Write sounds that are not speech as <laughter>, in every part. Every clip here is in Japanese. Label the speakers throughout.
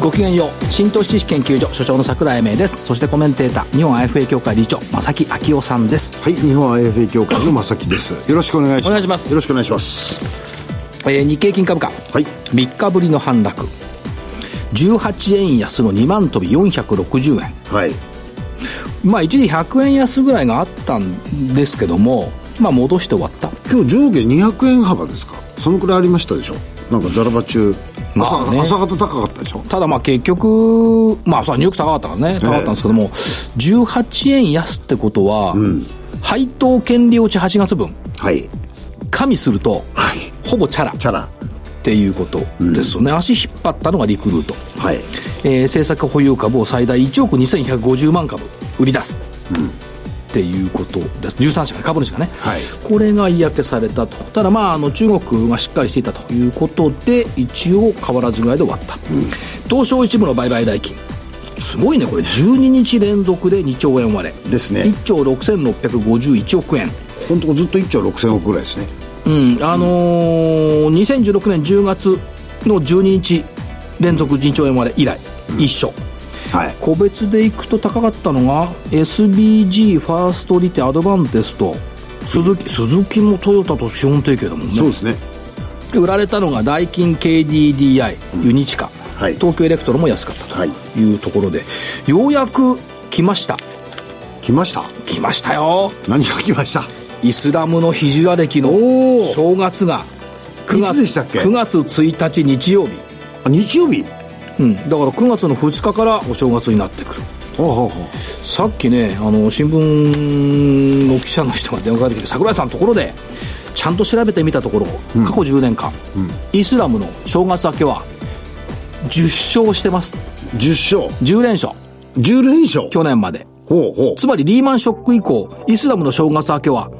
Speaker 1: ごきげんよう新投資知識研究所所長の桜井英明ですそしてコメンテーター日本 IFA 協会理事長正木昭夫さんです、
Speaker 2: はい、日本 IFA 協会の正木です。よろしくお願いします。
Speaker 1: お願いします
Speaker 2: よろしくお願いします。
Speaker 1: えー日経金株価
Speaker 2: はい。
Speaker 1: 3日ぶりの反落18円安の2万飛び460円
Speaker 2: はい。
Speaker 1: まあ一時100円安ぐらいがあったんですけどもまあ戻して終わった
Speaker 2: 今日上下200円幅ですかそのくらいありましたでしょなんかザラバ中。朝、
Speaker 1: まあね
Speaker 2: 朝方高かったでしょ
Speaker 1: ただまあ結局まあさニューヨーク高かったからね高かったんですけども、18円安ってことは、配当権利落ち8月分
Speaker 2: はい。
Speaker 1: 加味すると、
Speaker 2: はい
Speaker 1: ほぼチャラっ
Speaker 2: チャラ。
Speaker 1: ていうことですよね、足引っ張ったのがリクルート、
Speaker 2: はい。
Speaker 1: えー政策保有株を最大1億2150万株売り出す、っていうことです13社が株主がね、
Speaker 2: はい
Speaker 1: これが嫌気されたとただまああの中国がしっかりしていたということで一応変わらずぐらいで終わった、東証一部の売買代金すごいねこれ12日連続で2兆円割れ
Speaker 2: ですね
Speaker 1: 1兆6651億円
Speaker 2: 本当ずっと1兆6000億ぐらいですね。
Speaker 1: うん、あのー、2016年10月の12日連続2兆円割れ以来、一緒
Speaker 2: はい。
Speaker 1: 個別でいくと高かったのが SBG ファーストリテアドバンテスト鈴木鈴木もトヨタと資本提携だもんね
Speaker 2: そうですね。
Speaker 1: 売られたのがダイキン KDDI ユニチカ、
Speaker 2: はい
Speaker 1: 東京エレクトロも安かった
Speaker 2: はい。
Speaker 1: というところでようやく来ました
Speaker 2: 来ました。
Speaker 1: 来ましたよ
Speaker 2: 何が来ました
Speaker 1: イスラムのヒジュア歴の
Speaker 2: おー
Speaker 1: 正月が9
Speaker 2: いつでしたっけ
Speaker 1: 9月1日日曜日、
Speaker 2: あ日曜日
Speaker 1: うん、だから9月の2日からお正月になってくる
Speaker 2: ほうほうほう。
Speaker 1: さっきねあの新聞の記者の人が電話かけてきて桜井さんのところでちゃんと調べてみたところ、過去10年間、イスラムの正月明けは10勝してます
Speaker 2: 10勝。
Speaker 1: 10連勝
Speaker 2: 10連勝。
Speaker 1: 去年まで
Speaker 2: ほうほ
Speaker 1: つまりリーマンショック以降イスラムの正月明けは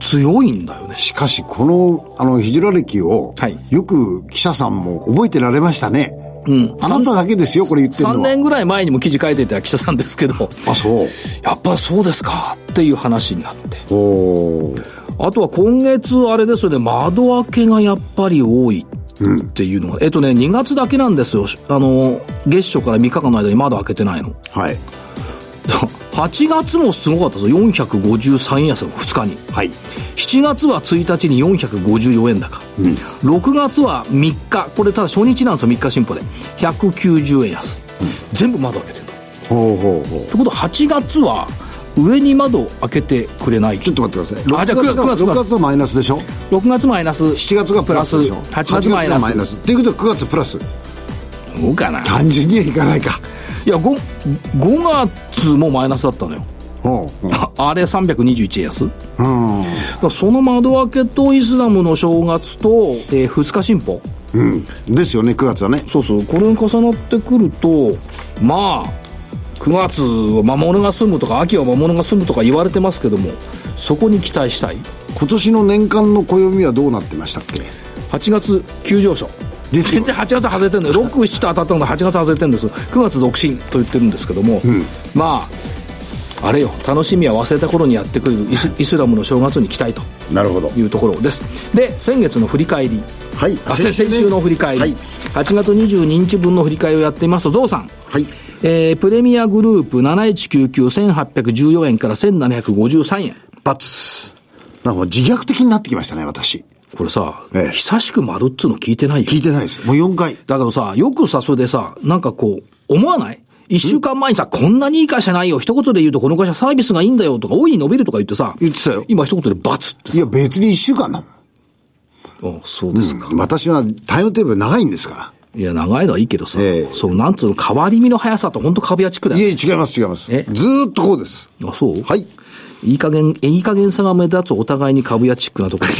Speaker 1: 強いんだよね
Speaker 2: う。しかし、この、あの、ヒジュラ歴を、
Speaker 1: はい
Speaker 2: よく記者さんも覚えてられましたね。うん。あなただけですよ、これ言ってるの
Speaker 1: 3
Speaker 2: は。
Speaker 1: 年ぐらい前にも記事書いてた記者さんですけど、
Speaker 2: あ、そう。
Speaker 1: やっぱそうですかっていう話になって。
Speaker 2: おー
Speaker 1: あとは今月、あれですよね、窓開けがやっぱり多いっていうのが、えっとね、2月だけなんですよ。あの、月初から3日間の間に窓開けてないの。 <laughs>
Speaker 2: はい。
Speaker 1: 8月もすごかったぞ。453円安の2日に。
Speaker 2: はい。
Speaker 1: 7月は1日に454円高、6月は3日これただ初日なんですよ3日進歩で190円安、全部窓開けてる
Speaker 2: ほうほうほう。
Speaker 1: ということは8月は上に窓を開けてくれない
Speaker 2: ちょっと待ってください。
Speaker 1: あじゃあ
Speaker 2: 6が
Speaker 1: 9月9月
Speaker 2: 6月はマイナスでしょ
Speaker 1: 6月マイナス
Speaker 2: ?7 月がプラスでしょ
Speaker 1: 8月マイナ
Speaker 2: が
Speaker 1: ス
Speaker 2: ス。っていうことは9月プラス。
Speaker 1: どうかな
Speaker 2: 単純にはいかないか。
Speaker 1: いや 5, 月もマイナスだったのよ <laughs>
Speaker 2: ほうほう。
Speaker 1: ああれ321円安だ
Speaker 2: うん。
Speaker 1: からその窓開けとイスラムの正月と、え2日進歩
Speaker 2: うん。ですよね、9月はね。
Speaker 1: そうそうこれに重なってくるとまあ9月は魔物が住むとか秋は魔物が住むとか言われてますけどもそこに期待したい
Speaker 2: 今年の年間の暦はどうなってましたっけ
Speaker 1: 8月急上昇
Speaker 2: ですよ
Speaker 1: 全然8月外れてるんだよ67と当たったのが8月外れてるんです9月独身と言ってるんですけども、まああれよ楽しみは忘れた頃にやってくるイスイスラムの正月に期待と
Speaker 2: なるほど。
Speaker 1: いうところですで先月の振り返り
Speaker 2: はい。
Speaker 1: あ先先週の振り返り、
Speaker 2: はい。
Speaker 1: 8月22日分の振り返りをやってみますとゾウさん
Speaker 2: はい。
Speaker 1: えープレミアグループ7199,1814円から1753円。
Speaker 2: バツ。なんかもう自虐的になってきましたね、私。
Speaker 1: これさ、
Speaker 2: ええ
Speaker 1: 久しく丸っつうの聞いてないよ
Speaker 2: 聞。いてないです。もう4回。
Speaker 1: だからさ、よくさ、それでさ、なんかこう、思わない一週間前にさ、こんなにいい会社ないよ。一言で言うと、この会社サービスがいいんだよとか、大いに伸びるとか言ってさ、
Speaker 2: 言ってたよ
Speaker 1: 今一言でバツって
Speaker 2: いや、別に1週間なの。
Speaker 1: あそうですか。
Speaker 2: 私はタイムテーブル長いんですか
Speaker 1: いや、長いのはいいけどさ、
Speaker 2: ええ
Speaker 1: そう、なんつうの、変わり身の速さと本当株屋地区
Speaker 2: ら。
Speaker 1: だ
Speaker 2: い
Speaker 1: よ。
Speaker 2: え、違います、違います。ず
Speaker 1: え
Speaker 2: ーっとこうです。
Speaker 1: あ、そう
Speaker 2: はい。
Speaker 1: いい加減、いい加減さが目立つお互いに株やチックな
Speaker 2: <laughs>
Speaker 1: ところ。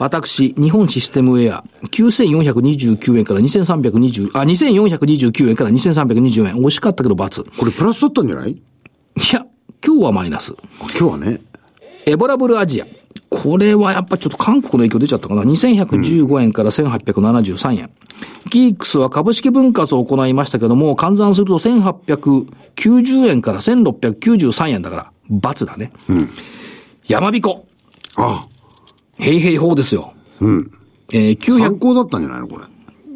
Speaker 1: 私、日本システムウェア、9429円から2320、あ、2429円から2320円。惜しかったけど×。
Speaker 2: これプラスだったんじゃない
Speaker 1: いや、今日はマイナス。
Speaker 2: 今日はね。
Speaker 1: エボラブルアジア、これはやっぱちょっと韓国の影響出ちゃったかな。2115円から1873円。ギークスは株式分割を行いましたけども、換算すると1890円から1693円だから、罰だね。やまびこ。
Speaker 2: あ、
Speaker 1: へいへい法ですよ。えー、
Speaker 2: 参
Speaker 1: 900、
Speaker 2: 考だったんじゃないのこれ。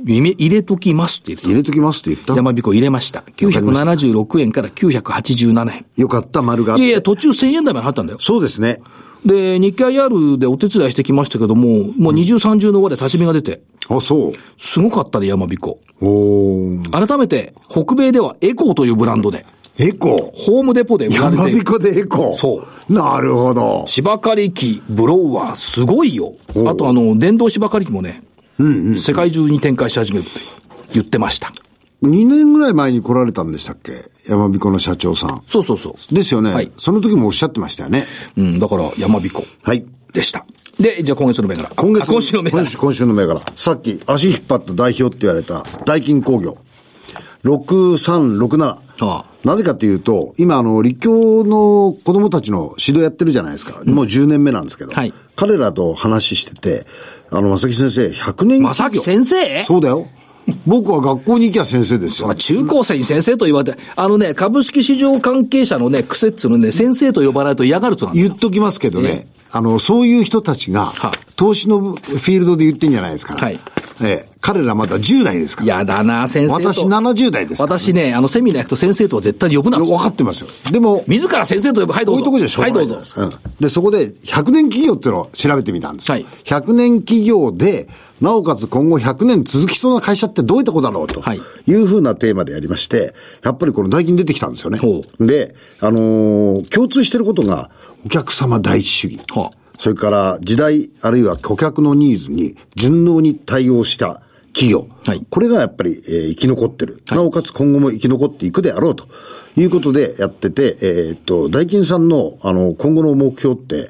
Speaker 1: 入れ入れときますって言って。
Speaker 2: 入れときますって言った
Speaker 1: やまびこ入れました。976円から987円。
Speaker 2: よかった、丸があっ
Speaker 1: い
Speaker 2: て。
Speaker 1: やいや、途中1000円台まで入ったんだよ。
Speaker 2: そうですね。
Speaker 1: で、日経 IR でお手伝いしてきましたけども、もう20、30の輪で立ち見が出て、
Speaker 2: あ、そう。
Speaker 1: すごかったね、山彦。
Speaker 2: おー。
Speaker 1: 改めて、北米ではエコーというブランドで、
Speaker 2: エコ
Speaker 1: ホームデポで売
Speaker 2: ー。
Speaker 1: ら
Speaker 2: や
Speaker 1: れ
Speaker 2: ま
Speaker 1: てい
Speaker 2: び
Speaker 1: る。
Speaker 2: こでエコー。。
Speaker 1: そう
Speaker 2: なるほど。
Speaker 1: 芝刈り機、ブローワー、すごいよ。
Speaker 2: おう
Speaker 1: あとあの、電動芝刈り機もね、世界中に展開し始めるって言ってました。
Speaker 2: 2年ぐらい前に来られたんでしたっけやまびこの社長さん。
Speaker 1: そうそうそう。
Speaker 2: ですよね。
Speaker 1: はい
Speaker 2: その時もおっしゃってましたよね。
Speaker 1: うん、だから、山彦
Speaker 2: はい。
Speaker 1: でした。で、じゃあ今月の銘柄。
Speaker 2: 今月
Speaker 1: あ今週の銘柄
Speaker 2: 今。週今週の銘柄。さっき足引っ張った代表って言われた大金工業。6367。
Speaker 1: あ
Speaker 2: なぜかというと、今、あの、立教の子供たちの指導やってるじゃないですか。もう10年目なんですけど。
Speaker 1: はい
Speaker 2: 彼らと話してて、あの、正木先生、100年
Speaker 1: 正木先生
Speaker 2: そうだよ。僕は学校に行きゃ先生です
Speaker 1: そ
Speaker 2: よ
Speaker 1: ら。中高生に先生と言われて、あのね、株式市場関係者のね、癖っつうのね、先生と呼ばないと嫌がるつなんだよ
Speaker 2: 言っときますけどね、あの、そういう人たちが
Speaker 1: は、
Speaker 2: 投資のフィールドで言ってんじゃないですから。
Speaker 1: はい
Speaker 2: ええ、彼らまだ10代ですから。
Speaker 1: やだな、先生と。
Speaker 2: 私70代ですからね
Speaker 1: 私ね、あの、セミナー行くと先生とは絶対に呼ぶな。
Speaker 2: 分かってますよ。でも、
Speaker 1: 自ら先生と呼ぶ。はい、ど
Speaker 2: こ
Speaker 1: う
Speaker 2: うい
Speaker 1: ぞ。
Speaker 2: うとこじゃしょう
Speaker 1: は
Speaker 2: が
Speaker 1: い、
Speaker 2: な
Speaker 1: どう
Speaker 2: いじゃ
Speaker 1: ぞ
Speaker 2: ないで。すか。うんで、そこで100年企業っていうのを調べてみたんですよ。
Speaker 1: はい
Speaker 2: 100年企業で、なおかつ今後100年続きそうな会社ってどういったことだろうと
Speaker 1: はい
Speaker 2: いうふうなテーマでやりまして、やっぱりこの代金出てきたんですよね
Speaker 1: ほ。
Speaker 2: で、あのー共通してることが、お客様第一主義。
Speaker 1: はあ
Speaker 2: それから時代あるいは顧客のニーズに順応に対応した企業。
Speaker 1: はい
Speaker 2: これがやっぱり、えー生き残ってる。
Speaker 1: はい
Speaker 2: なおかつ今後も生き残っていくであろうということでやってて、えーっと、ダイキンさんのあの今後の目標って、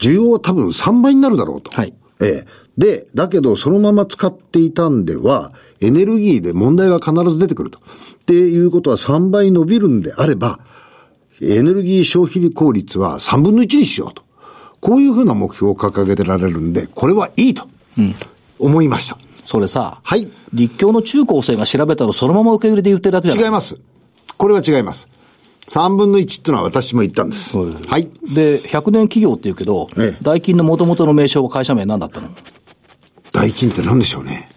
Speaker 2: 需要は多分3倍になるだろうと。
Speaker 1: はい
Speaker 2: ええで、だけどそのまま使っていたんでは、エネルギーで問題が必ず出てくると。っていうことは3倍伸びるんであれば、エネルギー消費効率は3分の1にしようと。こういうふうな目標を掲げてられるんで、これはいいと。思いました。
Speaker 1: それさ、
Speaker 2: はい
Speaker 1: 立教の中高生が調べたらそのまま受け入れて言ってるだけじゃない
Speaker 2: 違います。これは違います。3分の1ってのは私も言ったんです。はい。
Speaker 1: で、100年企業って言うけど、
Speaker 2: ええ
Speaker 1: 代金の元々の名称は会社名何だったの
Speaker 2: 代金って何でしょうね。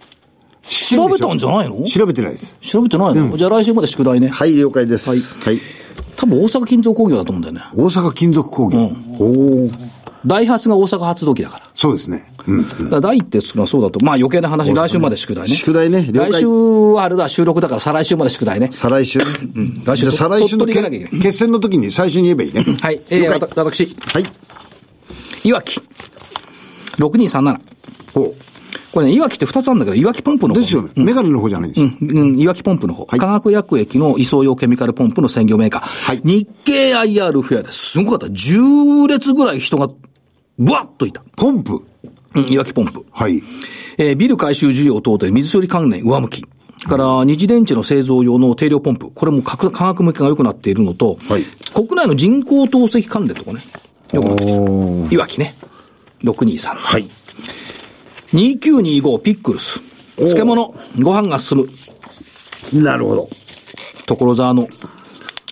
Speaker 1: 調べたんじゃないの
Speaker 2: 調べてないです。
Speaker 1: 調べてないの、じゃあ来週まで宿題ね。
Speaker 2: はい、了解です。はい。
Speaker 1: 多分大阪金属工業だと思うんだよね。
Speaker 2: 大阪金属工業。おー
Speaker 1: ダイハツが大阪発動機だから。
Speaker 2: そうですね。うん。
Speaker 1: だから第一ってつくのはそうだと。まあ余計な話、来週まで宿題ね。
Speaker 2: 宿題ね了解
Speaker 1: 来週はあれだ、収録だから再来週まで宿題ね。
Speaker 2: 再来週。
Speaker 1: 来週
Speaker 2: じゃあ再来週の
Speaker 1: 鳥取行かなきゃいけ
Speaker 2: 決戦の時に最初に言えばいいね。
Speaker 1: はい。えー、わ
Speaker 2: 了
Speaker 1: た
Speaker 2: 解
Speaker 1: 私、
Speaker 2: はい。
Speaker 1: いわき。6237。
Speaker 2: ほ
Speaker 1: これね、いわきって2つあるんだけど、いわきポンプの
Speaker 2: う。
Speaker 1: 方、
Speaker 2: ですよね。メガネの方じゃないんですよ。
Speaker 1: うん。うん、いわきポンプの方。
Speaker 2: い
Speaker 1: 化学薬液の移送用ケミカルポンプの専業メーカー。
Speaker 2: い
Speaker 1: 日経 IR フェアです。すごかった。10列ぐらい人が、ぶわっといた。
Speaker 2: ポンプ。
Speaker 1: うん、いわきポンプ。
Speaker 2: はい。
Speaker 1: えービル回収需要等で水処理関連上向き。それから、二次電池の製造用の定量ポンプ。これも化学化学向きが良くなっているのと、
Speaker 2: はい
Speaker 1: 国内の人工透析関連とかね、良くなってき
Speaker 2: おー
Speaker 1: た。いわきね。623。
Speaker 2: はい。
Speaker 1: 2925ピックルス。漬物、ご飯が進む。
Speaker 2: なるほど。
Speaker 1: 所沢の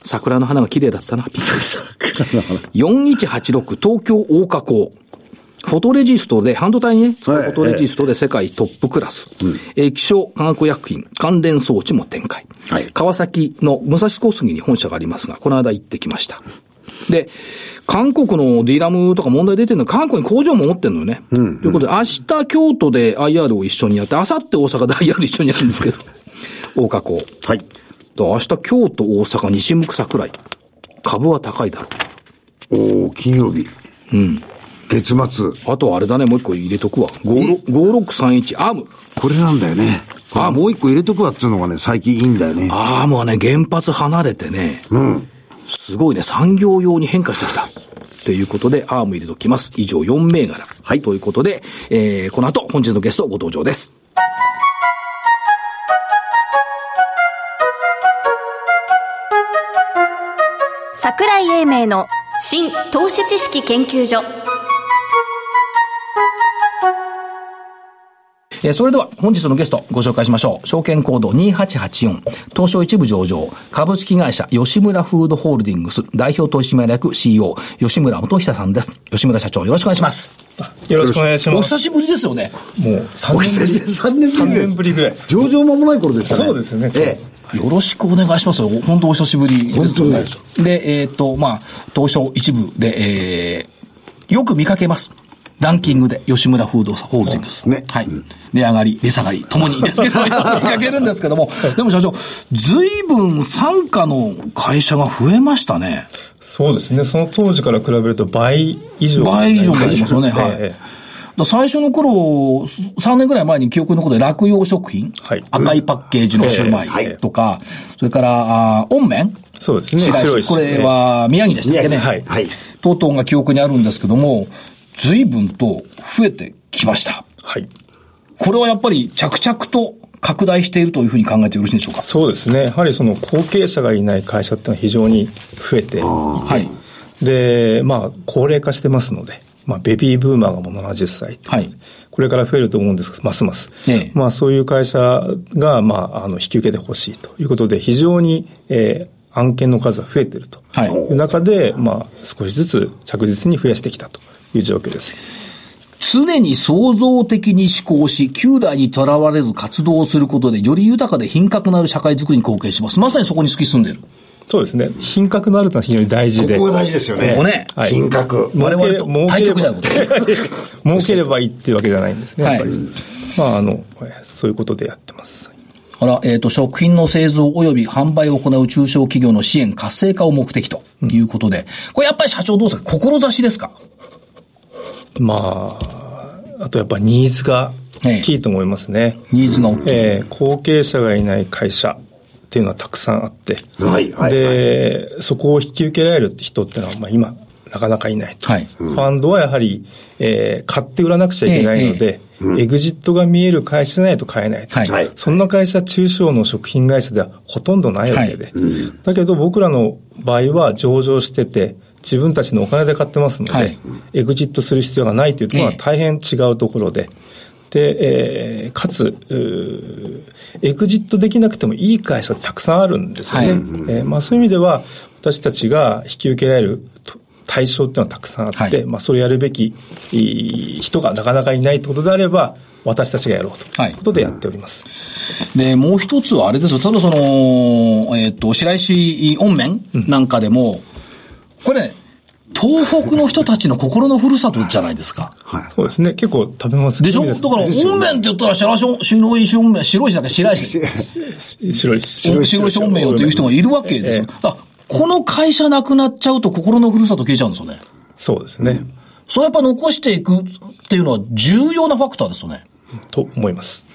Speaker 1: 桜の花が綺麗だったな、ピックルス。4186東京大加工。フォトレジストで、半導体にね、使うフォトレジストで世界トップクラス。えー気象化学薬品、関連装置も展開。
Speaker 2: はい
Speaker 1: 川崎の武蔵小杉に本社がありますが、この間行ってきました。で、韓国のディラムとか問題出てるのは、韓国に工場も持ってんのよね。ということで、明日京都で IR を一緒にやって、明後日大阪で IR 一緒にやるんです <laughs> けど、大加工。
Speaker 2: はい。
Speaker 1: だから明日京都、大阪、西向桜井。株は高いだろ
Speaker 2: おー金曜日。月末。
Speaker 1: う。あとはあれだね、もう一個入れとくわ。56 5631、アーム。
Speaker 2: これなんだよね。これもう一個入れとくわっつうのがね、最近いいんだよね。
Speaker 1: アームはね、原発離れてね、
Speaker 2: うん。
Speaker 1: すごいね、産業用に変化してきた。ということで、アーム入れときます。以上4銘柄。はい。ということで、えー、この後、本日のゲストご登場です。
Speaker 3: 桜井英明の新投資知識研究所
Speaker 1: えーそれでは本日のゲストご紹介しましょう。証券コード2884、東証一部上場、株式会社吉村フードホールディングス代表取締役 CEO、吉村元久さんです。吉村社長、よろしくお願いします。
Speaker 4: よろしくお願いし
Speaker 1: お
Speaker 4: ます。
Speaker 1: 久しぶりですよね。
Speaker 4: もう3
Speaker 2: お久しぶり3年ぶりぐらい
Speaker 4: 3年ぶりぐらいです
Speaker 2: 上場間もない頃でしたね。
Speaker 4: そうですね
Speaker 2: ええ。
Speaker 1: よろしくお願いしますよ。本当お久しぶりですよね
Speaker 2: 本当。
Speaker 1: で、えっ、と、まあ、東証一部で、えー、よく見かけます。ランキングで、吉村フードホールディングス。
Speaker 2: ね
Speaker 1: はい。値上がり、値下がり、ともにですけど、よく見かけるんですけども。でも社長、ずいぶん参加の会社が増えましたね。
Speaker 4: そうですね。その当時から比べると倍以上。
Speaker 1: 倍以上になりますよね。はい。
Speaker 4: え
Speaker 1: だ
Speaker 4: え
Speaker 1: から最初の頃、3年ぐらい前に記憶のことで落葉食品、
Speaker 4: はい
Speaker 1: 赤いパッケージのシューマイとか、それから、あー温麺
Speaker 4: そうですね。
Speaker 1: 白石
Speaker 4: 白いし
Speaker 1: これ。は宮城でしたっけね。
Speaker 2: 宮城
Speaker 4: はい
Speaker 2: はい。
Speaker 1: とうとうが記憶にあるんですけども、随分と増えてきました。
Speaker 4: はい。
Speaker 1: これはやっぱり着々と拡大しているというふうに考えてよろしいでしょうか。
Speaker 4: そうですね。やはりその後継者がいない会社ってのは非常に増えて、
Speaker 1: はい。
Speaker 4: で、まあ、高齢化してますので、まあ、ベビーブーマーがもう70歳って
Speaker 1: はい。
Speaker 4: これから増えると思うんですが、ますます。
Speaker 1: ええ
Speaker 4: まあ、そういう会社が、まあ、あの、引き受けてほしいということで、非常に、えー案件の数が増えていると
Speaker 1: はい
Speaker 4: いう中で、まあ、少しずつ着実に増やしてきたという状況です。
Speaker 1: 常に創造的に思考し、旧来にとらわれず活動をすることで、より豊かで品格のある社会づくりに貢献します。まさにそこに突き進んでる。
Speaker 4: そうですね。品格のあるというのは非常に大事で。
Speaker 2: ここが大事ですよね。
Speaker 1: ここね
Speaker 4: はい
Speaker 2: 品格。
Speaker 1: 我々と
Speaker 4: 儲
Speaker 1: 対
Speaker 4: けれ
Speaker 1: 極
Speaker 4: ば
Speaker 1: であること
Speaker 4: <laughs> 儲ければいいっていうわけじゃないんですね、
Speaker 1: はい
Speaker 4: やっぱり。まあ、あの、そういうことでやってます。
Speaker 1: あら、えっ、と、食品の製造及び販売を行う中小企業の支援活性化を目的ということで、これやっぱり社長どうですか志ですか
Speaker 4: まあ、あとやっぱニーズが大きいと思いますね。
Speaker 1: ニーズが大きい。
Speaker 4: えー後継者がいない会社っていうのはたくさんあって、
Speaker 2: はいはい
Speaker 4: で、そこを引き受けられる人ってのは、まあ、今、なかなかいないと。
Speaker 1: はい
Speaker 4: ファンドはやはり、えー買って売らなくちゃいけないので、エグジットが見える会社じゃないと買えないと。
Speaker 1: はい
Speaker 2: はい
Speaker 4: そんな会社、中小の食品会社ではほとんどないわけで。
Speaker 1: はい
Speaker 4: だけど僕らの場合は上場してて、自分たちのお金で買ってますので、
Speaker 1: はい
Speaker 4: エグジットする必要がないというところは
Speaker 1: ええ
Speaker 4: 大変違うところで、で、えーかつ、うーエグジットできなくてもいい会社たくさんあるんですよね。
Speaker 1: はい
Speaker 4: えーまあ、そういう意味では、私たちが引き受けられると対象っていうのはたくさんあって、
Speaker 1: はい
Speaker 4: まあ、それをやるべきいい人がなかなかいないってことであれば、私たちがやろうと
Speaker 1: はい
Speaker 4: いうことでやっております。
Speaker 1: で、もう一つはあれですよ。ただその、えっ、と、白石温麺なんかでも、これね、東北の人たちの心のふるさとじゃないですか。
Speaker 4: そうですね。結構食べます。
Speaker 1: でしょ
Speaker 4: いい
Speaker 1: だ
Speaker 4: す
Speaker 1: か
Speaker 4: ね
Speaker 1: ら、温麺って言ったら白石、白石温麺、白石だけど白石。
Speaker 4: 白いし
Speaker 1: 白石温麺よという人がいるわけですよ。
Speaker 4: ええ
Speaker 1: だからこの会社なくなっちゃうと心のふるさと消えちゃうんですよね。
Speaker 4: そうですね。
Speaker 1: それやっぱ残していくっていうのは重要なファクターですよね。
Speaker 4: と思います。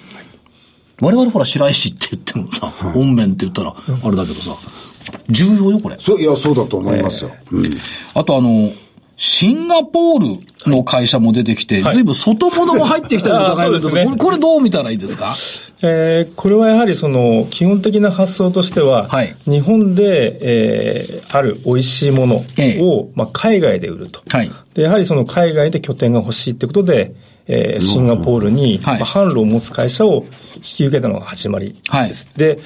Speaker 1: 我々ほら白石って言ってもさ、温麺って言ったらあれだけどさ、重要よこれ。
Speaker 2: そう、いや、そうだと思いますよ。うん
Speaker 1: あとあの、シンガポールの会社も出てきて、
Speaker 4: はい
Speaker 1: ずいぶん外物も入ってきたような疑いなんですがこ
Speaker 4: あーそうです
Speaker 1: れ
Speaker 4: ね
Speaker 1: これどう見たらいいですか
Speaker 4: えーこれはやはりその基本的な発想としては、
Speaker 1: はい
Speaker 4: 日本で、えーある美味しいものを、
Speaker 1: ええ
Speaker 4: まあ、海外で売ると、
Speaker 1: はい
Speaker 4: で。やはりその海外で拠点が欲しいってことで、えーシンガポールに、
Speaker 1: はい
Speaker 4: まあ、販路を持つ会社を引き受けたのが始まりです。
Speaker 1: はい
Speaker 4: で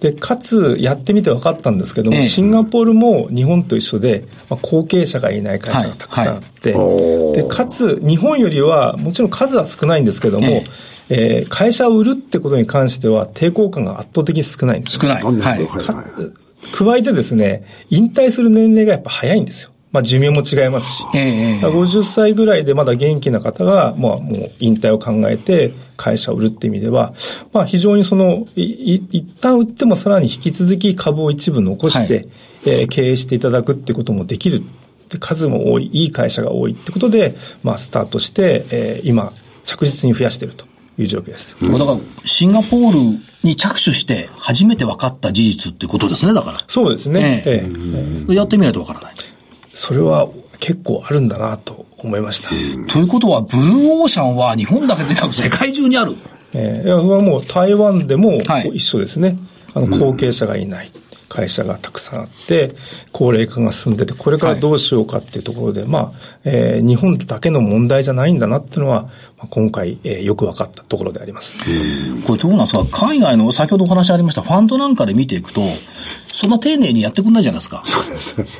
Speaker 4: で、かつやってみて分かったんですけども、
Speaker 1: ええ
Speaker 4: シンガポールも日本と一緒で、まあ、後継者がいない会社がたくさんあって、
Speaker 2: はいはい
Speaker 4: でかつ日本よりはもちろん数は少ないんですけども、
Speaker 1: え
Speaker 4: えー会社を売るってことに関しては抵抗感が圧倒的に少ないんです。
Speaker 1: 少ない。
Speaker 2: なんで
Speaker 1: はい。
Speaker 2: はいはい
Speaker 4: 加えてですね、引退する年齢がやっぱ早いんですよ。まあ寿命も違いますし。
Speaker 1: ええええ
Speaker 4: 50歳ぐらいでまだ元気な方が、まあもう引退を考えて会社を売るって意味では、まあ非常にその、いい一旦売ってもさらに引き続き株を一部残して、
Speaker 1: はい
Speaker 4: えー経営していただくってこともできるって数も多い、いい会社が多いってことで、まあスタートして、えー今着実に増やしているという状況です。
Speaker 1: もうだから、シンガポールに着手して初めて分かった事実ってことですね、だから。
Speaker 4: そうですね。
Speaker 1: ええ
Speaker 4: ええ
Speaker 1: やってみないと分からない。
Speaker 4: それは結構あるんだなと思いました。
Speaker 1: ということは、ブルーオーシャンは日本だけでなく世界中にある。
Speaker 4: えーいやそれはもう台湾でも
Speaker 1: はい
Speaker 4: 一緒ですね。あの後継者がいない。会社がたくさんあって、高齢化が進んでて、これからどうしようかっていうところで、まあ、えー日本だけの問題じゃないんだなっていうのは、まあ今回、えーよく分かったところであります。
Speaker 1: これどうなんですか海外の、先ほどお話ありました、ファンドなんかで見ていくと、そんな丁寧にやってくんないじゃないですか。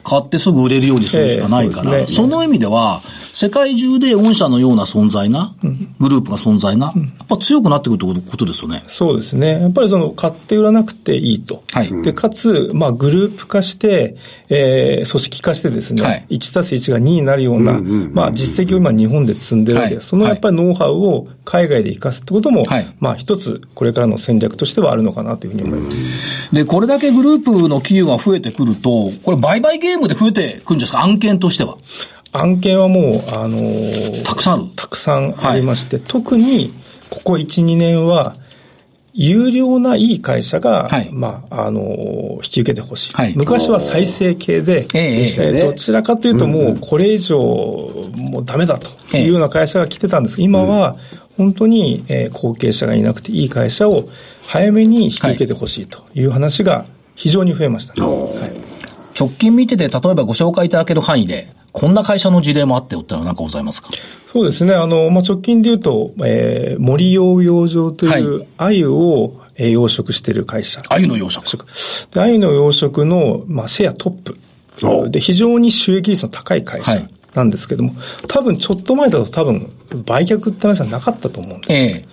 Speaker 1: 買ってすぐ売れるようにするしかないから、
Speaker 4: ええそうです
Speaker 1: そ
Speaker 4: ね
Speaker 1: の意味では、世界中で御社のような存在な、グループが存在な、やっぱ強くなってくるってことですよね。
Speaker 4: そうですね。やっぱりその、買って売らなくていいと。
Speaker 1: はい
Speaker 4: で、かつ、まあ、グループ化して、えー組織化してですね、
Speaker 1: はい
Speaker 4: 1たす1が2になるような、まあ、実績を今日本で積んでるんで、
Speaker 1: はい
Speaker 4: そのやっぱりノウハウを海外で活かすってことも、
Speaker 1: はい
Speaker 4: まあ、一つ、これからの戦略としてはあるのかなというふうに思います。
Speaker 1: で、これだけグループの企業が増えてくると、これ売買ゲームで増えてくるんですか案件としては。
Speaker 4: 案件はもう、あのー
Speaker 1: たくさんある。
Speaker 4: たくさんありまして、特にここ1、2年は、有料ないい会社が、
Speaker 1: はい
Speaker 4: まあ、あの、引き受けてほしい,、
Speaker 1: はい
Speaker 4: 昔は再生系で、
Speaker 1: ええええ
Speaker 4: ーどちらかというともうこれ以上もうダメだというような会社が来てたんです。今は本当に、えー後継者がいなくていい会社を早めに引き受けてほしいという話が非常に増えました。はい
Speaker 1: 直近見てて、例えばご紹介いただける範囲で、こんな会社の事例もあってよってのは何かございますか
Speaker 4: そうですね。あの、まあ、直近で言うと、えー森養養場という鮎をえー養殖している会社。
Speaker 1: 鮎の養殖。
Speaker 4: で鮎の養殖の、まあ、シェアトップ。で、非常に収益率の高い会
Speaker 1: は
Speaker 4: 社
Speaker 1: い
Speaker 4: なんですけども、多分ちょっと前だと多分売却って話はなかったと思うんですよ
Speaker 1: ええ。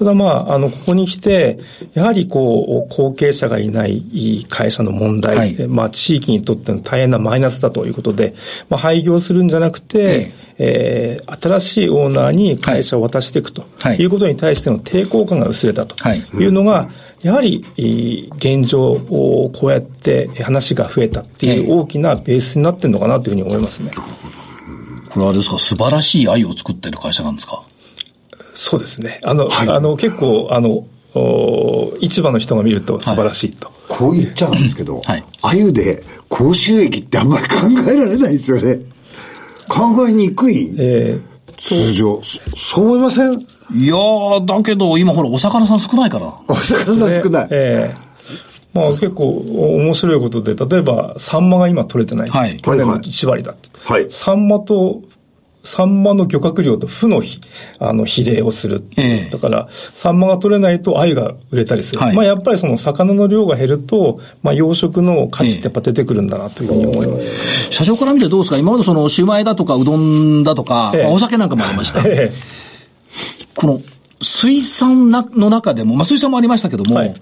Speaker 4: ただまあ、あの、ここに来て、やはりこう、後継者がいない会社の問題、
Speaker 1: はい
Speaker 4: えまあ、地域にとっての大変なマイナスだということで、まあ、廃業するんじゃなくて、えー新しいオーナーに会社を渡していくと、
Speaker 1: はい
Speaker 4: い、うことに対しての抵抗感が薄れたと
Speaker 1: はい
Speaker 4: いうのが、やはり、えー現状をこうやって話が増えたってい
Speaker 1: ええ
Speaker 4: う大きなベースになってるのかなというふうに思いますね。
Speaker 1: これはあれですか、素晴らしい愛を作ってる会社なんですか
Speaker 4: そうですね。あの、あの、結構、あの、お市場の人が見ると素晴らしいと。
Speaker 2: <laughs> こう言っちゃうんですけど、
Speaker 1: はい
Speaker 2: あゆで高収益ってあんまり考えられないですよね。考えにくい、
Speaker 4: えー
Speaker 2: 通常。そそう思いません
Speaker 1: いやー、だけど今ほら、お魚さん少ないから。
Speaker 2: お魚さん少ない。
Speaker 4: ええまあ結構面白いことで、例えば、サンマが今取れてない。
Speaker 1: はい
Speaker 4: 去年の1割だって。
Speaker 2: はい
Speaker 4: サンマと、サンマの漁獲量と負のひあの比例をする。
Speaker 1: ええ
Speaker 4: だから、サンマが取れないと鮎が売れたりする。
Speaker 1: はい
Speaker 4: まあやっぱりその魚の量が減ると、まあ養殖の価値ってやっぱ出てくるんだなというふうに思います。
Speaker 1: 社長から見てどうですか今までその、シュウマイだとか、うどんだとか、
Speaker 4: ええ
Speaker 1: まあお酒なんかもありました。
Speaker 4: ええ
Speaker 1: この、水産なの中でも、まあ、水産もありましたけども、
Speaker 4: はい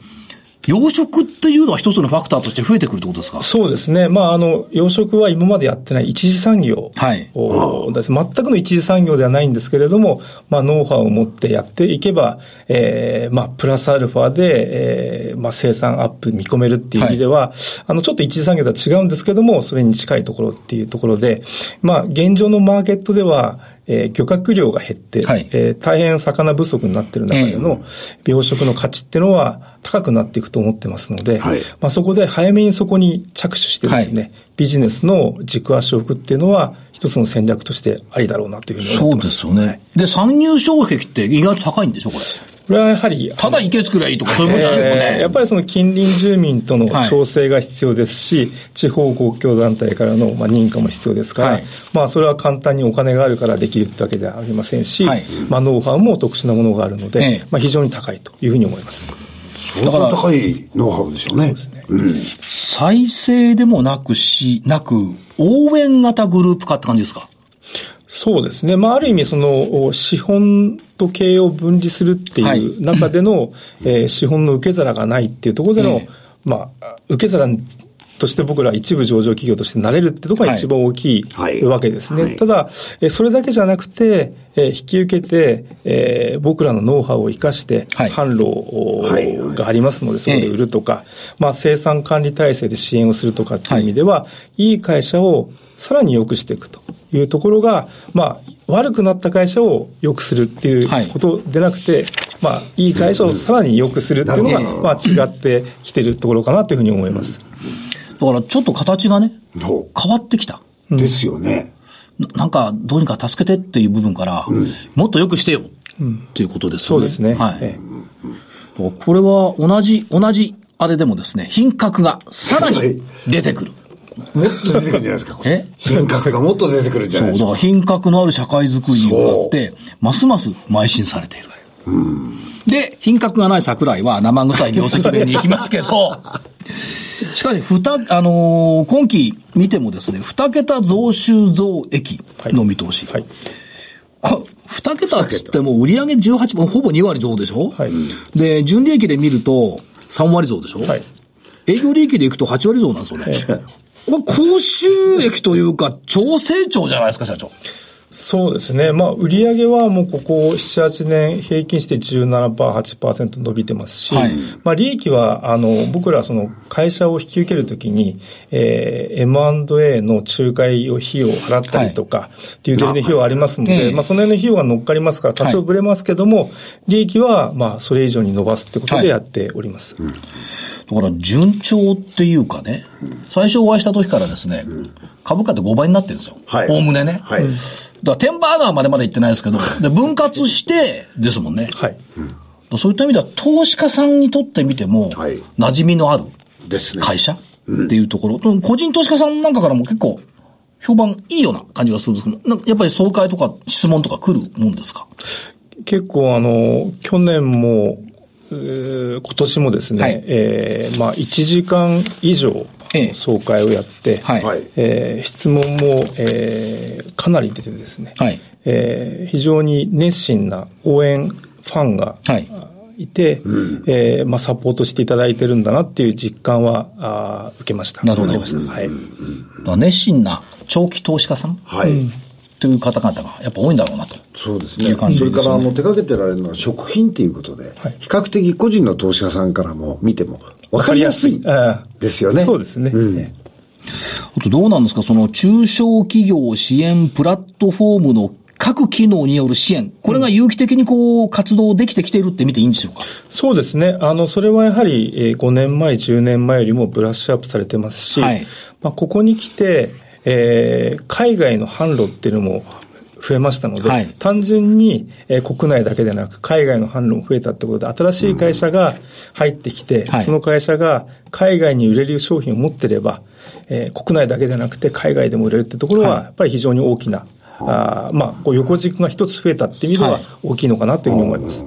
Speaker 1: 養殖っていうのは一つのファクターとして増えてくるってことですか
Speaker 4: そうですね。まあ、あの、養殖は今までやってない一次産業
Speaker 1: はい
Speaker 4: をです、全くの一次産業ではないんですけれども、まあ、ノウハウを持ってやっていけば、えーまあ、プラスアルファで、えーまあ、生産アップ見込めるっていう意味では、あの、ちょっと一次産業とは違うんですけども、それに近いところっていうところで、まあ、現状のマーケットでは、えー漁獲量が減って、
Speaker 1: はい
Speaker 4: えー大変魚不足になってる中での養殖の価値っていうのは高くなっていくと思ってますので、
Speaker 2: はい
Speaker 4: まあ、そこで早めにそこに着手してですね、ビジネスの軸足を置くっていうのは、一つの戦略としてありだろうなというふうに思
Speaker 1: そ
Speaker 4: っ
Speaker 1: う
Speaker 4: てま。
Speaker 1: ですすよね。で、参入障壁って意外と高いんでしょこれ。
Speaker 4: これはやはり、
Speaker 1: ただ池作りゃいいとか、そういうことじゃないですもんね。
Speaker 4: えーやっぱりその近隣住民との
Speaker 1: はい
Speaker 4: 調整が必要ですし、地方公共団体からのまあ認可も必要ですから、
Speaker 1: はい
Speaker 4: まあそれは簡単にお金があるからできるってわけではありませんし、
Speaker 1: はい
Speaker 4: まあノウハウも特殊なものがあるので、
Speaker 1: ええ
Speaker 4: まあ非常に高いというふうに思います。
Speaker 2: 相当高いノウハウでしょうね。そうですね。
Speaker 1: 再生でもなくし、なく、応援型グループ化って感じですか
Speaker 4: そうですね。まあ、ある意味、その、お資本と経営を分離するって
Speaker 1: はい
Speaker 4: いう中での、 <laughs> えー資本の受け皿がないっていうところでの、
Speaker 1: ええ
Speaker 4: まあ、受け皿として僕ら一部上場企業としてなれるってところが一番大きい、
Speaker 2: はい
Speaker 4: わけですね。
Speaker 2: はい
Speaker 4: ただ、えーそれだけじゃなくて、えー引き受けて、えー僕らのノウハウを生かして、
Speaker 1: はい
Speaker 4: 販路を
Speaker 2: はいはい
Speaker 4: がありますので、そこで売るとか、まあ、生産管理体制で支援をするとかっていう意味では、い、い会社をさらに良くしていくというところが、まあ、悪くなった会社を良くするってい
Speaker 1: はいう
Speaker 4: ことでなくて、まあ、いい会社をさらに良くするっていうのが、
Speaker 1: なるほ
Speaker 4: まあ、違ってきてるところかなというふうに思います。
Speaker 1: だからちょっと形がね、
Speaker 2: そ
Speaker 1: 変わってきた。
Speaker 2: うですよね。
Speaker 1: ななんか、どうにか助けてっていう部分から、もっと良くしてよ、っていうことです
Speaker 4: そ
Speaker 1: よ
Speaker 4: う
Speaker 1: ね。
Speaker 4: ですね。
Speaker 1: はい。
Speaker 4: ええ
Speaker 1: これは同じ、同じあれでもですね、品格がさらに出てくる。
Speaker 2: もっと出てくるんじゃないですか、これ
Speaker 1: え
Speaker 2: 品格がもっと出てくるんじゃ
Speaker 1: そ
Speaker 2: な
Speaker 1: う、だ
Speaker 2: いです
Speaker 1: か
Speaker 2: か。
Speaker 1: ら品格のある社会づくりに向かって、ますます邁進されている。で、品格がない桜井は生臭い業績面に行きますけど、しかし、ふた、あのー今期見てもですね、二桁増収増益の見通し。
Speaker 4: はい。
Speaker 1: こ二桁っつっても売上18分、ほぼ2割増でしょ、
Speaker 4: はい
Speaker 1: で、純利益で見ると3割増でしょ、
Speaker 4: はい
Speaker 1: 営業利益でいくと8割増なんですよね。これ、高収益というか、超成長じゃないですか、社長。
Speaker 4: そうですね。まあ、売上はもうここ7、8年平均して17%、8%伸びてますし、
Speaker 1: はい
Speaker 4: まあ、利益は、あの、僕らその会社を引き受けるときに、えー、M&A の仲介を費用を払ったりとか、っていうデリの費用ありますので、
Speaker 1: ええ
Speaker 4: まあ、その辺の費用が乗っかりますから、多
Speaker 1: はい
Speaker 4: 少ぶれますけども、利益は、まあ、それ以上に伸ばすってこと
Speaker 1: はい
Speaker 4: でやっております。
Speaker 1: だから、順調っていうかね、最初お会いした時からですね、株価って5倍になってるんですよ。
Speaker 2: はい
Speaker 1: おおむねね。
Speaker 2: <laughs> はい
Speaker 1: うんだから、テンバーガーまでまだ行ってないですけど、で分割してですもんね。
Speaker 4: はい。
Speaker 1: そういった意味では、投資家さんにとってみても、
Speaker 2: はい
Speaker 1: 馴染みのある
Speaker 2: ですね。
Speaker 1: 会社っていうところ、個人投資家さんなんかからも結構、評判いいような感じがするんですけど、なんかやっぱり総会とか質問とか来るもんですか
Speaker 4: 結構あの、去年も、えー今年もですね、
Speaker 1: はい
Speaker 4: えーまあ、1時間以上
Speaker 1: ええ、
Speaker 4: 総会をやって、
Speaker 1: はい。
Speaker 2: はい
Speaker 4: えー質問も、えーかなり出てですね、
Speaker 1: はい
Speaker 4: えー非常に熱心な応援ファンが、
Speaker 1: はい
Speaker 4: いて、えーまあ、サポートしていただいてるんだなっていう実感はあー受けました。
Speaker 1: なるほど
Speaker 4: りました。はい。
Speaker 1: だから熱心な長期投資家さん
Speaker 2: はい。
Speaker 1: という方々がやっぱ多いんだろうなと。
Speaker 2: そうです
Speaker 1: い
Speaker 2: ね。
Speaker 1: う感じ
Speaker 2: それ
Speaker 1: ですね
Speaker 2: から、あの、手掛けてられるのは食品っていうことで、
Speaker 4: はい
Speaker 2: 比較的個人の投資家さんからも見ても分かりやすい
Speaker 4: あー
Speaker 2: ですよね。
Speaker 4: そうですね。
Speaker 2: うん
Speaker 4: え
Speaker 1: あとどうなんですかその中小企業支援プラットフォームの各機能による支援。これが有機的にこう活動できてきているって見ていいんでしょうか
Speaker 4: そうですね。あの、それはやはり、えー5年前、10年前よりもブラッシュアップされてますし、
Speaker 1: はい
Speaker 4: まあ、ここに来て、えー海外の販路っていうのも増えましたので、
Speaker 1: はい
Speaker 4: 単純に、えー国内だけでなく海外の販路も増えたってことで、新しい会社が入ってきて、
Speaker 1: はい
Speaker 4: その会社が海外に売れる商品を持ってれば、えー国内だけでなくて海外でも売れるってところは、
Speaker 1: はい
Speaker 4: やっぱり非常に大きな、あーまあ、こう横軸が一つ増えたって意味で
Speaker 1: は
Speaker 4: はい大きいのかなというふうに思います。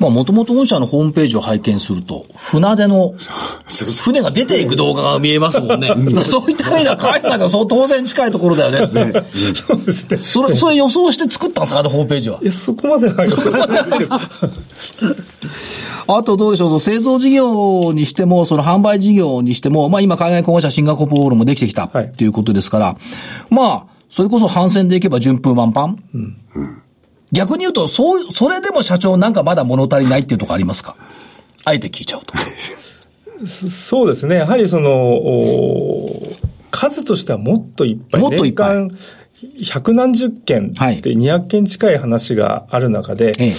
Speaker 1: まあ、もともと御社のホームページを拝見すると、船出の、船が出ていく動画が見えますもんね。 <laughs> そういった意味では海外とはそう当然近いところだよね。
Speaker 4: <laughs> そうですね。
Speaker 1: それ、それ予想して作ったんですかね、ホームページは。
Speaker 4: いや、そこまではない
Speaker 1: あとどうでしょう、その製造事業にしても、その販売事業にしても、まあ今海外候補者シンガポールもできてきた
Speaker 4: はい
Speaker 1: っていうことですから、まあ、それこそ反戦でいけば順風満帆。逆に言うと、そう、それでも社長なんかまだ物足りないっていうとこありますかあえて聞いちゃうと。
Speaker 4: そうですね。やはりその、お数としてはもっといっぱい。
Speaker 1: もっといっぱい
Speaker 4: 年間百何十件
Speaker 1: はい
Speaker 4: って200件近い話がある中で、
Speaker 1: ええ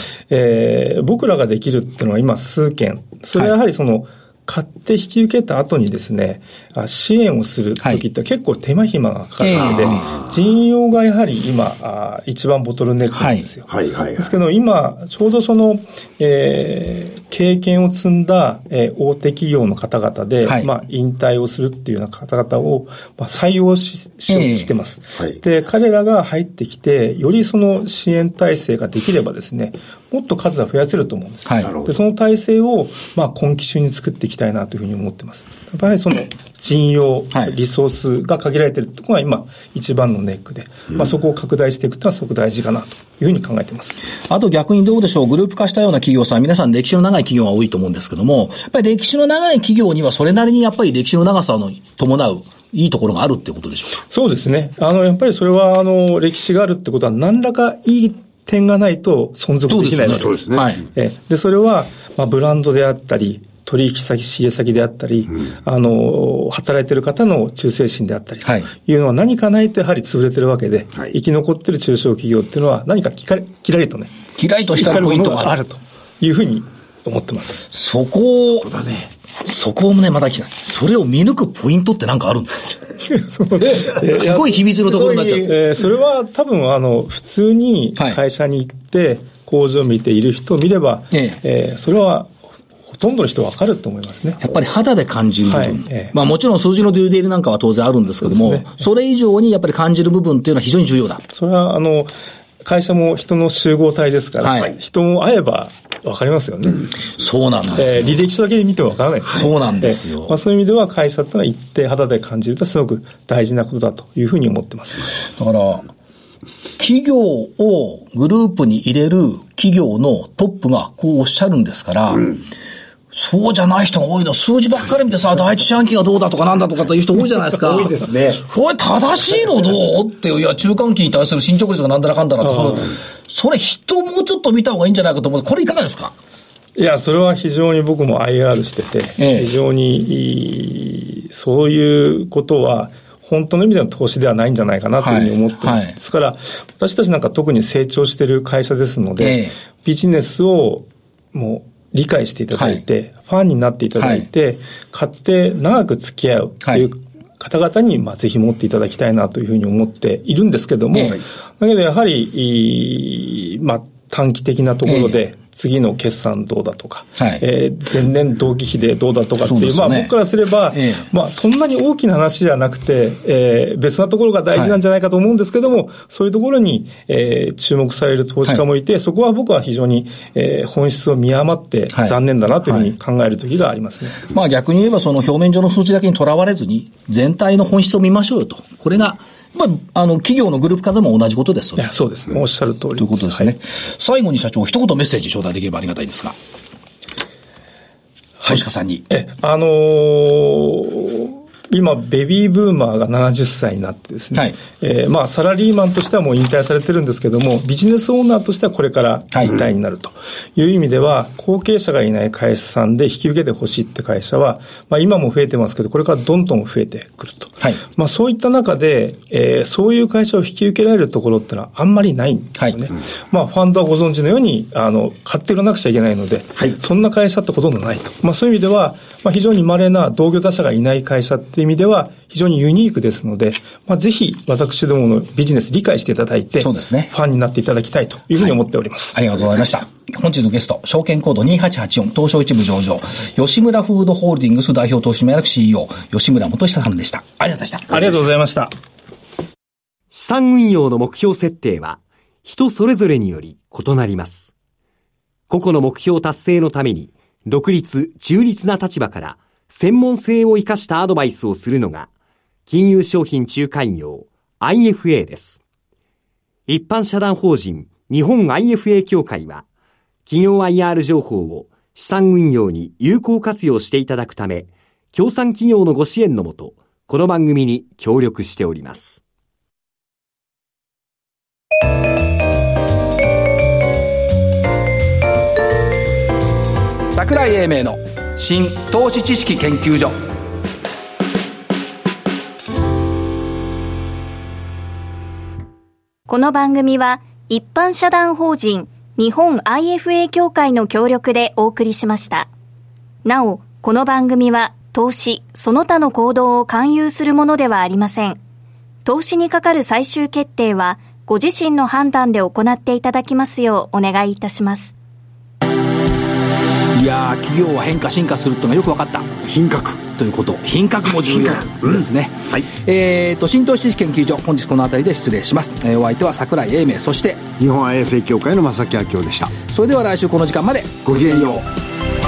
Speaker 4: えー僕らができるっていうのは今数件。それはやはりその、買って引き受けた後にですね、あ支援をする時って結構手間暇がかかるので、
Speaker 1: ええ
Speaker 4: 人用がやはり今、あ一番ボトルネックなんですよ。
Speaker 2: はいはいはい
Speaker 4: ですけど、今、ちょうどその、えー経験を積んだ、えー大手企業の方々で、
Speaker 1: はい
Speaker 4: まあ、引退をするっていうような方々を、まあ、採用ししよう
Speaker 1: ええ
Speaker 4: としてます、
Speaker 2: はい
Speaker 4: で、彼らが入ってきて、よりその支援体制ができればですね、もっと数は増やせると思うんです。
Speaker 1: はい
Speaker 2: なるほど
Speaker 4: でその体制を、まあ、今期中に作っていきたいなというふうに思ってます。やっぱりその人用、
Speaker 1: はい
Speaker 4: リソースが限られているところが今、一番のネックで、まあ、そこを拡大していくというのはすごく大事かなというふうに考えてます。
Speaker 1: あと逆にどうでしょう、グループ化したような企業さん、皆さん歴史の長い企業が多いと思うんですけども、やっぱり歴史の長い企業にはそれなりにやっぱり歴史の長さの伴ういいところがあるってことでしょうか。
Speaker 4: そうですね。あの、やっぱりそれは、あの、歴史があるってことは、何らかいい点がないと存続できないわけ
Speaker 2: そうですね
Speaker 1: はい。
Speaker 4: えで、それは、まあ、ブランドであったり、取引先、仕入れ先であったり、あの、働いてる方の忠誠心であったり、
Speaker 1: はい
Speaker 4: というのは何かないとやはり潰れてるわけで、
Speaker 2: はい
Speaker 4: 生き残ってる中小企業っていうのは何かきかりきらりとね、
Speaker 1: 嫌いとした
Speaker 4: 光
Speaker 1: ポイン
Speaker 4: も
Speaker 1: ト
Speaker 4: の
Speaker 1: が
Speaker 4: が
Speaker 1: あ
Speaker 4: あ
Speaker 1: る。
Speaker 4: るというふうに思ってます。
Speaker 1: そこを、そこをね、また来ない。それを見抜くポイントってなんかあるんですかすごい秘密のところになっちゃう。
Speaker 4: えーそれは多分あの普通に
Speaker 1: はい
Speaker 4: 会社に行って工場を見ている人を見れば、
Speaker 1: え
Speaker 4: えーそれはほとんどの人分かると思いますね。
Speaker 1: やっぱり肌で感じる部分。
Speaker 4: はいええ
Speaker 1: まあもちろん数字のデューデールなんかは当然あるんですけども、そ,、
Speaker 4: そうですね
Speaker 1: れ以上にやっぱり感じる部分っていうのは非常に重要だ。
Speaker 4: それは、あの、会社も人の集合体ですから、
Speaker 1: はい
Speaker 4: 人も会えば分かりますよね。
Speaker 1: そうなんです
Speaker 4: え
Speaker 1: よ。
Speaker 4: ー履歴書だけで見てもわからないですね
Speaker 1: そうなんですよ
Speaker 4: えーまあ、そういう意味では会社ってのは一定肌で感じるとすごく大事なことだというふうに思ってます。
Speaker 1: だから、企業をグループに入れる企業のトップがこうおっしゃるんですから、そうじゃない人が多いの。数字ばっかり見てさ、第一四半期がどうだとかなんだとかっていう人多いじゃないですか。
Speaker 2: 多いですね
Speaker 1: これ正しいのどうっていう、いや、中間期に対する進捗率がなんだらかんだらとか、それ人もうちょっと見た方がいいんじゃないかと思う。これいかがですか
Speaker 4: いや、それは非常に僕も IR してて、
Speaker 1: ええ
Speaker 4: 非常にいいそういうことは、本当の意味での投資ではないんじゃないかなというふうに思ってます。
Speaker 1: はいはい
Speaker 4: ですから、私たちなんか特に成長している会社ですので、
Speaker 1: ええ
Speaker 4: ビジネスをもう理解していただいて、ファンになっていただいて、買って長く付き合うという
Speaker 1: は
Speaker 4: 方々に、まあ、ぜひ持っていただきたいなというふうに思っているんですけども、
Speaker 1: ええ
Speaker 4: だけどやはり、いいまあ、短期的なところで、次の決算どうだとか、
Speaker 1: はい
Speaker 4: えー前年同期比でどうだとかって
Speaker 1: そう
Speaker 4: い
Speaker 1: で
Speaker 4: う、
Speaker 1: す
Speaker 4: ま
Speaker 1: よ
Speaker 4: あ
Speaker 1: ね
Speaker 4: 僕からすれば、
Speaker 1: ええ
Speaker 4: まあそんなに大きな話じゃなくて、えー別なところが大事なんじゃないかと思うんですけども、そういうところに、えー注目される投資家もいて、そこは僕は非常に、えー本質を見誤って
Speaker 1: はい
Speaker 4: 残念だなというふうに考える時がありますね。
Speaker 1: まあ逆に言えばその表面上の数値だけにとらわれずに、全体の本質を見ましょうよと。これが、まあ、あの、企業のグループ化でも同じことですよ
Speaker 4: い
Speaker 1: ね。
Speaker 4: やそうですね。おっしゃる通り
Speaker 1: ということです
Speaker 4: は
Speaker 1: ね
Speaker 4: い。
Speaker 1: 最後に社長、一言メッセージ頂戴できればありがたいんですが。投資家さんに。
Speaker 4: え、あのー今、ベビーブーマーが70歳になってですね、
Speaker 1: はい
Speaker 4: えーまあ、サラリーマンとしてはもう引退されてるんですけども、ビジネスオーナーとしてはこれから
Speaker 1: はい
Speaker 4: 引退になるという意味では、後継者がいない会社さんで引き受けてほしいって会社は、まあ、今も増えてますけど、これからどんどん増えてくると。
Speaker 1: はい
Speaker 4: まあ、そういった中で、えーそういう会社を引き受けられるところってのはあんまりないんですよね。まあ、ファンドはご存知のように、あの、買って売らなくちゃいけないので、そんな会社ってほとんどないと。まあ、そういう意味では、まあ、非常に稀な同業他社がいない会社っていう意味では、非常にユニークですので、まあ、ぜひ、私どものビジネス理解していただいて、
Speaker 1: そうですね
Speaker 4: ファンになっていただきたいというふうに思っております。
Speaker 1: ありがとうございました。本日のゲスト、証券コード2884、東証一部上場、吉村フードホールディングス代表投資名役 CEO、吉村元久さんでした。ありがとうございました。
Speaker 4: ありがとうございました。
Speaker 5: 資産運用の目標設定は人それぞれにより異なります。個々の目標達成のために独立、中立な立場から専門性を生かしたアドバイスをするのが金融商品仲介業 IFA です。一般社団法人日本 IFA 協会は企業 IR 情報を資産運用に有効活用していただくため、協賛企業のご支援のもと、この番組に協力しております。
Speaker 1: 桜井英明の新投資知識研究所
Speaker 3: この番組は一般社団法人日本 IFA 協会の協力でお送りしました。なお、この番組は投資、その他の行動を勧誘するものではありません。投資にかかる最終決定はご自身の判断で行っていただきますようお願いいたします。
Speaker 1: いやー企業は変化進化するっていうのがよく分かった
Speaker 2: 品格。
Speaker 1: ということ品格も重
Speaker 2: 品格う
Speaker 1: 要
Speaker 2: ん
Speaker 1: ですね、
Speaker 2: はい
Speaker 1: えーと新投資知識研究所本日この辺りで失礼します、えーお相手は桜井英明そして
Speaker 2: 日本 IFA 協会の正木明夫でした。
Speaker 1: それでは来週この時間まで
Speaker 2: ごきげんよう。